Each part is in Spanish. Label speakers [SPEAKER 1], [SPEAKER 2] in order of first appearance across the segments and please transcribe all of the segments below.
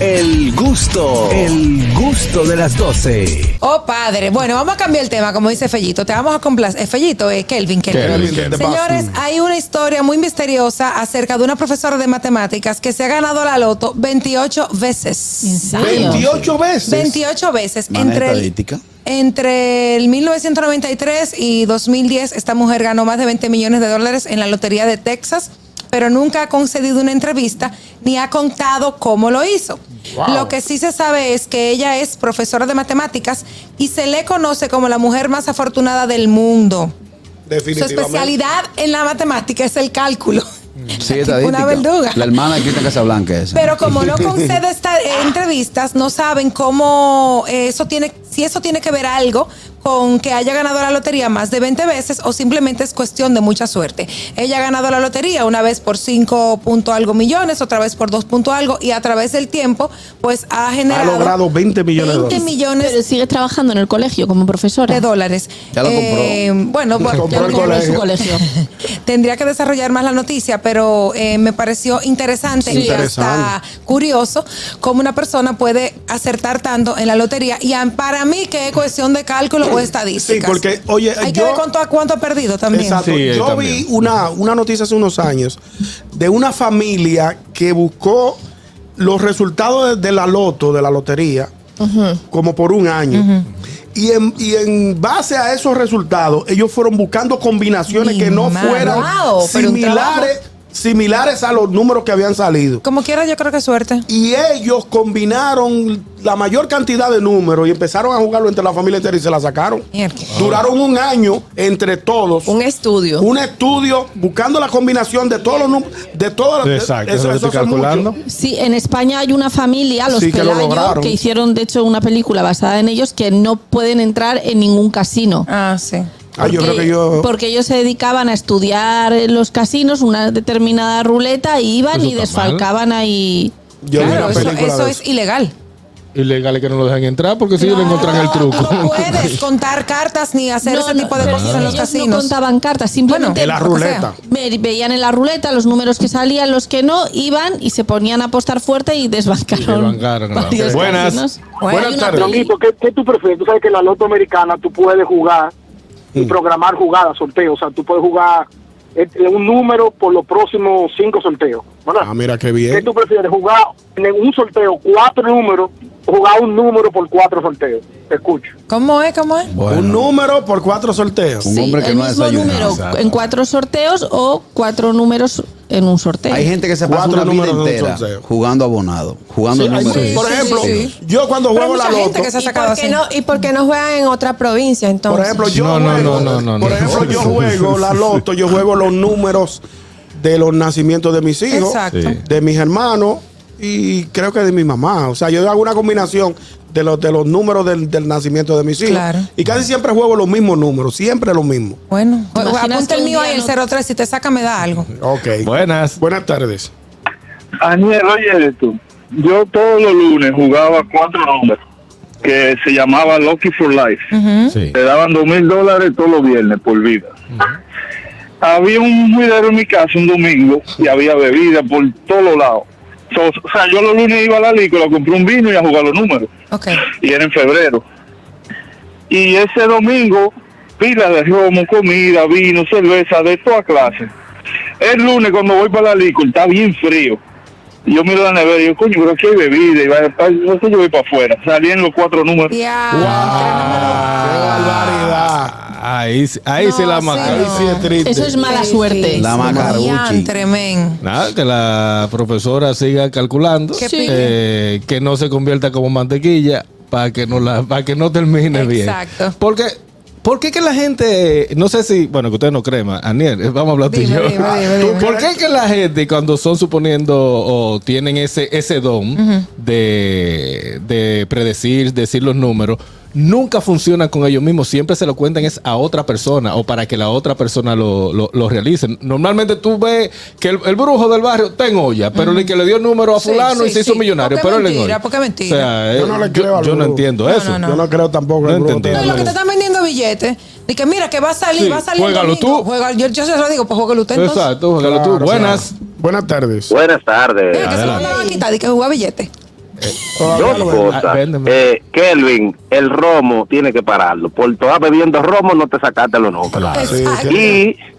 [SPEAKER 1] El gusto, el gusto de las 12.
[SPEAKER 2] Oh, padre. Bueno, vamos a cambiar el tema, como dice Fellito. Te vamos a complacer. Eh, Fellito, es Kelvin, Kelvin.
[SPEAKER 3] Kelvin, ¿qué te pasa?
[SPEAKER 2] Señores, hay una historia muy misteriosa acerca de una profesora de matemáticas que se ha ganado la loto 28 veces.
[SPEAKER 4] serio?
[SPEAKER 3] 28 veces.
[SPEAKER 2] 28 veces.
[SPEAKER 4] Manera
[SPEAKER 2] Entre el,
[SPEAKER 4] estadística.
[SPEAKER 2] entre el 1993 y 2010, esta mujer ganó más de 20 millones de dólares en la Lotería de Texas, pero nunca ha concedido una entrevista ni ha contado cómo lo hizo. Lo que sí se sabe es que ella es profesora de matemáticas y se le conoce como la mujer más afortunada del mundo. Su
[SPEAKER 3] Definitivamente.
[SPEAKER 2] especialidad en la matemática es el cálculo.
[SPEAKER 4] Sí,
[SPEAKER 2] La tipa
[SPEAKER 4] estadística.
[SPEAKER 2] Una verduga.
[SPEAKER 4] La hermana de Cristian Casablanca esa.
[SPEAKER 2] Pero como no concede estas entrevistas, no saben cómo eh, eso tiene, si eso tiene que ver algo con que haya ganado la lotería más de 20 veces o simplemente es cuestión de mucha suerte. Ella ha ganado la lotería una vez por 5 punto algo millones, otra vez por 2 punto algo y a través del tiempo pues ha generado
[SPEAKER 3] logrado 20 millones de
[SPEAKER 2] 20
[SPEAKER 3] dólares.
[SPEAKER 2] millones
[SPEAKER 5] Pero sigue trabajando en el colegio como profesora.
[SPEAKER 2] de dólares. Eh,
[SPEAKER 4] Ya lo compró.
[SPEAKER 2] bueno, bueno,
[SPEAKER 3] compró el
[SPEAKER 5] Ya compró
[SPEAKER 3] colegio.
[SPEAKER 5] su colegio.
[SPEAKER 2] Tendría que desarrollar más la noticia, pero eh, me pareció interesante
[SPEAKER 3] Sí.
[SPEAKER 2] y hasta
[SPEAKER 3] Interesante.
[SPEAKER 2] curioso cómo una persona puede acertar tanto en la lotería. Y a- para mí que es cuestión de cálculo o estadística.
[SPEAKER 3] Sí, porque, oye,
[SPEAKER 2] hay que
[SPEAKER 3] yo-
[SPEAKER 2] ver cuánto, cuánto ha perdido también.
[SPEAKER 3] Exacto.
[SPEAKER 6] Sí, él
[SPEAKER 3] Yo
[SPEAKER 6] también.
[SPEAKER 3] vi una, una noticia hace unos años de una familia que buscó los resultados de, de la loto, de la lotería, como por un año. Y en, y en base a esos resultados, ellos fueron buscando combinaciones
[SPEAKER 2] Mi
[SPEAKER 3] que no
[SPEAKER 2] madre.
[SPEAKER 3] fueran
[SPEAKER 5] Wow, pero un
[SPEAKER 3] similares, similares a los números que habían salido.
[SPEAKER 2] Como quiera, yo creo que suerte.
[SPEAKER 3] Y ellos combinaron la mayor cantidad de números y empezaron a jugarlo entre la familia entera y se la sacaron.
[SPEAKER 2] Mierda.
[SPEAKER 3] Duraron un año entre todos.
[SPEAKER 7] Un estudio.
[SPEAKER 3] Un estudio buscando la combinación de todos los números. De todos los-
[SPEAKER 6] Exacto,
[SPEAKER 3] eso-
[SPEAKER 6] eso lo
[SPEAKER 3] eso
[SPEAKER 6] estoy
[SPEAKER 3] son
[SPEAKER 6] calculando.
[SPEAKER 3] muchos.
[SPEAKER 5] Sí, en España hay una familia, los
[SPEAKER 3] Sí, que lo
[SPEAKER 5] Pelayo,
[SPEAKER 3] lograron.
[SPEAKER 5] que hicieron de hecho una película basada en ellos que no pueden entrar en ningún casino. Eh,
[SPEAKER 2] Ah, sí.
[SPEAKER 3] Ah, yo creo que yo.
[SPEAKER 5] porque ellos se dedicaban a estudiar en los casinos una determinada ruleta y iban
[SPEAKER 6] Eso
[SPEAKER 5] y
[SPEAKER 6] está
[SPEAKER 5] desfalcaban ahí.
[SPEAKER 3] yo vi
[SPEAKER 2] claro,
[SPEAKER 3] una
[SPEAKER 2] eso,
[SPEAKER 3] película
[SPEAKER 2] eso
[SPEAKER 3] de
[SPEAKER 2] es ilegal.
[SPEAKER 6] Ilegal es que no lo dejan entrar porque si ellos le encuentran el truco.
[SPEAKER 2] No pues. puedes contar cartas ni hacer ese tipo de
[SPEAKER 5] pero
[SPEAKER 2] cosas en los
[SPEAKER 5] ellos
[SPEAKER 2] casinos.
[SPEAKER 5] No contaban cartas, simplemente
[SPEAKER 3] De la
[SPEAKER 2] lo que sea.
[SPEAKER 3] ruleta.
[SPEAKER 5] ve- veían en la ruleta los números que salían, los que no, iban y se ponían a apostar fuerte y desbancaron.
[SPEAKER 6] Y desbancaron,
[SPEAKER 5] varios
[SPEAKER 6] claro.
[SPEAKER 5] casinos. Bueno,
[SPEAKER 6] Buenas. Buenas
[SPEAKER 5] hay una
[SPEAKER 6] tardes.
[SPEAKER 5] peli-
[SPEAKER 8] Domingo, ¿qué, ¿qué tú prefieres? Tú sabes que en la loto americana tú puedes jugar
[SPEAKER 3] Mm.
[SPEAKER 8] y programar jugadas, sorteos. O sea, tú puedes jugar eh, un número por los próximos cinco sorteos. ¿verdad?
[SPEAKER 3] Ah, mira qué
[SPEAKER 8] ¿Qué
[SPEAKER 3] bien.
[SPEAKER 8] tú prefieres? ¿Jugar en un sorteo cuatro números o jugar un número por cuatro sorteos? Te escucho.
[SPEAKER 2] ¿Cómo es? ¿Cómo es?
[SPEAKER 4] Bueno,
[SPEAKER 3] Un número por cuatro sorteos.
[SPEAKER 4] Un
[SPEAKER 5] Sí,
[SPEAKER 4] hombre que
[SPEAKER 5] el
[SPEAKER 4] no ha
[SPEAKER 5] mismo
[SPEAKER 4] desayunado.
[SPEAKER 5] número
[SPEAKER 6] Exacto.
[SPEAKER 5] en cuatro sorteos o cuatro números en un sorteo.
[SPEAKER 4] Hay gente que se pasa
[SPEAKER 3] Cuatro
[SPEAKER 4] una vida
[SPEAKER 3] números de un
[SPEAKER 4] entera
[SPEAKER 3] sorteo.
[SPEAKER 4] jugando abonado, jugando
[SPEAKER 3] Sí, hay-
[SPEAKER 4] números.
[SPEAKER 3] por
[SPEAKER 2] sí,
[SPEAKER 3] ejemplo,
[SPEAKER 2] sí.
[SPEAKER 3] yo cuando
[SPEAKER 2] Pero
[SPEAKER 3] juego
[SPEAKER 2] hay
[SPEAKER 3] la
[SPEAKER 2] mucha
[SPEAKER 3] loto.
[SPEAKER 2] gente que se ha
[SPEAKER 7] ¿Y
[SPEAKER 2] sacado
[SPEAKER 7] por, qué
[SPEAKER 2] así.
[SPEAKER 7] no, ¿Y por qué no juegan en otra provincia
[SPEAKER 3] Por
[SPEAKER 7] entonces?
[SPEAKER 3] ejemplo, yo
[SPEAKER 6] No, no,
[SPEAKER 3] juego,
[SPEAKER 6] no, no, no,
[SPEAKER 3] por
[SPEAKER 6] no.
[SPEAKER 3] ejemplo, yo juego la loto, yo juego los números de los nacimientos de mis hijos,
[SPEAKER 2] Exacto.
[SPEAKER 6] Sí.
[SPEAKER 3] de mis hermanos y creo que de mi mamá. O sea, yo hago una combinación de los de los números del, del nacimiento de mis hijos.
[SPEAKER 2] Claro.
[SPEAKER 3] Y casi siempre juego los mismos números, siempre los mismos.
[SPEAKER 2] Bueno,
[SPEAKER 5] ¿Te imaginas
[SPEAKER 2] apunta
[SPEAKER 5] que
[SPEAKER 2] el
[SPEAKER 5] un
[SPEAKER 2] mío
[SPEAKER 5] día
[SPEAKER 2] ahí, el
[SPEAKER 5] no-
[SPEAKER 2] 03. Si te saca, me da algo.
[SPEAKER 3] Ok.
[SPEAKER 6] Buenas.
[SPEAKER 3] Buenas tardes.
[SPEAKER 9] Aniel, oye esto. Yo todos los lunes jugaba cuatro números que se llamaba Lucky for Life.
[SPEAKER 6] Sí.
[SPEAKER 9] Te daban dos mil dólares todos los viernes por vida. Había un juidero en mi casa un domingo y había bebida por todos los lados. So- o sea, yo los lunes iba a la licor, compré un vino y a jugar los números.
[SPEAKER 2] Ok.
[SPEAKER 9] Y era en febrero. Y ese domingo, pila de romo, comida, vino, cerveza, de toda clase. El lunes cuando voy para la licor está bien frío. Y Yo miro la nevera y digo, coño, pero aquí hay bebida. Y va, pa- no sé, yo voy para afuera. Salí en los cuatro números.
[SPEAKER 2] Ya.
[SPEAKER 3] barbaridad.
[SPEAKER 6] Ahí, sí- ahí
[SPEAKER 2] No,
[SPEAKER 6] se la
[SPEAKER 2] sí,
[SPEAKER 6] mataron.
[SPEAKER 2] no.
[SPEAKER 3] Sí, es triste.
[SPEAKER 5] Eso es mala
[SPEAKER 7] Sí,
[SPEAKER 5] suerte.
[SPEAKER 7] sí.
[SPEAKER 4] La macaruchi.
[SPEAKER 2] Diantre, men.
[SPEAKER 6] Nada, que la profesora siga calculando.
[SPEAKER 2] Qué
[SPEAKER 6] eh, que no se convierta como mantequilla para que no la para que no termine bien.
[SPEAKER 2] Exacto.
[SPEAKER 6] Porque ¿Por qué que la gente, no sé si, bueno, que ustedes no crema, Aniel, eh, vamos a hablar tú y
[SPEAKER 2] Dime,
[SPEAKER 6] yo.
[SPEAKER 2] dime, dime,
[SPEAKER 6] ¿Tú
[SPEAKER 2] dime.
[SPEAKER 6] ¿Por qué que la gente cuando son suponiendo o tienen ese ese don de, de predecir, decir los números, nunca funcionan con ellos mismos? Siempre se lo cuentan es a otra persona o para que la otra persona lo, lo, lo realice. Normalmente tú ves que el, el brujo del barrio está en olla, pero el que le dio el número a
[SPEAKER 2] Sí,
[SPEAKER 6] fulano y
[SPEAKER 2] sí,
[SPEAKER 6] se hizo
[SPEAKER 2] sí.
[SPEAKER 6] millonario,
[SPEAKER 2] Porque
[SPEAKER 6] pero él en
[SPEAKER 2] mentira,
[SPEAKER 6] olla.
[SPEAKER 2] porque mentira.
[SPEAKER 6] O sea,
[SPEAKER 3] Yo
[SPEAKER 6] eh,
[SPEAKER 3] no le
[SPEAKER 6] yo-
[SPEAKER 3] creo al
[SPEAKER 6] yo no
[SPEAKER 3] brujo.
[SPEAKER 6] entiendo
[SPEAKER 2] No,
[SPEAKER 6] eso.
[SPEAKER 2] no, no.
[SPEAKER 3] Yo no creo tampoco el
[SPEAKER 6] No
[SPEAKER 3] brujo
[SPEAKER 6] entendí.
[SPEAKER 3] de
[SPEAKER 2] No, y lo que te
[SPEAKER 3] la
[SPEAKER 2] están vendiendo billetes. De que mira, que va a salir,
[SPEAKER 6] Sí,
[SPEAKER 2] va a salir. el
[SPEAKER 6] juégalo
[SPEAKER 2] domingo.
[SPEAKER 6] tú.
[SPEAKER 2] Juega- yo, yo se lo digo, pues juégalo usted entonces.
[SPEAKER 6] Exacto, juégalo tú.
[SPEAKER 3] Claro,
[SPEAKER 6] Buenas.
[SPEAKER 3] claro. Buenas tardes.
[SPEAKER 10] Buenas tardes.
[SPEAKER 2] Mira, que se lo
[SPEAKER 6] Adelante.
[SPEAKER 2] van a quitar, de que juega billetes.
[SPEAKER 3] ah,
[SPEAKER 9] Dos cosas.
[SPEAKER 6] Ah, véndeme.
[SPEAKER 9] Ah, Eh, Kelvin, el romo tiene que pararlo. Por toda bebiendo romo no te sacaste los números.
[SPEAKER 6] Claro.
[SPEAKER 3] Sí,
[SPEAKER 2] Exacto.
[SPEAKER 3] sí.
[SPEAKER 9] Y,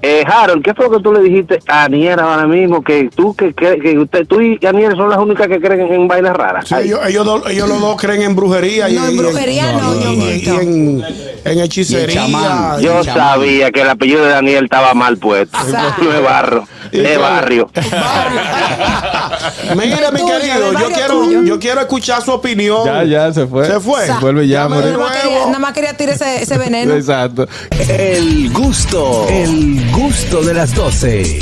[SPEAKER 9] eh, Harold, ¿qué fue lo que tú le dijiste a Aniera ahora mismo? Que tú que, que, que usted, tú y Aniera son las únicas que creen en bailes raras.
[SPEAKER 3] Sí, ellos, ellos, dos- ellos los dos creen en brujería. y-
[SPEAKER 2] No, en
[SPEAKER 3] y-
[SPEAKER 2] brujería no,
[SPEAKER 3] y- y-
[SPEAKER 2] ñonguito.
[SPEAKER 3] y en, en hechicería.
[SPEAKER 4] Y en chamán.
[SPEAKER 9] Yo
[SPEAKER 4] el chamán.
[SPEAKER 9] sabía que el apellido de Daniel estaba mal puesto.
[SPEAKER 2] Exacto.
[SPEAKER 3] Ah,
[SPEAKER 9] No es barro, es barrio.
[SPEAKER 3] Mira, mi
[SPEAKER 2] Tuyo,
[SPEAKER 3] querido,
[SPEAKER 2] del
[SPEAKER 3] yo
[SPEAKER 2] barrio
[SPEAKER 3] quiero,
[SPEAKER 2] tuyo.
[SPEAKER 3] yo quiero escuchar su opinión.
[SPEAKER 6] Ya, ya, se fue.
[SPEAKER 3] Se fue.
[SPEAKER 6] Vuelve y llama.
[SPEAKER 3] Llama de
[SPEAKER 2] Nada más
[SPEAKER 3] nuevo.
[SPEAKER 2] quería, nada más quería tirar ese, ese veneno.
[SPEAKER 6] Exacto.
[SPEAKER 1] El gusto, el gusto de las 12.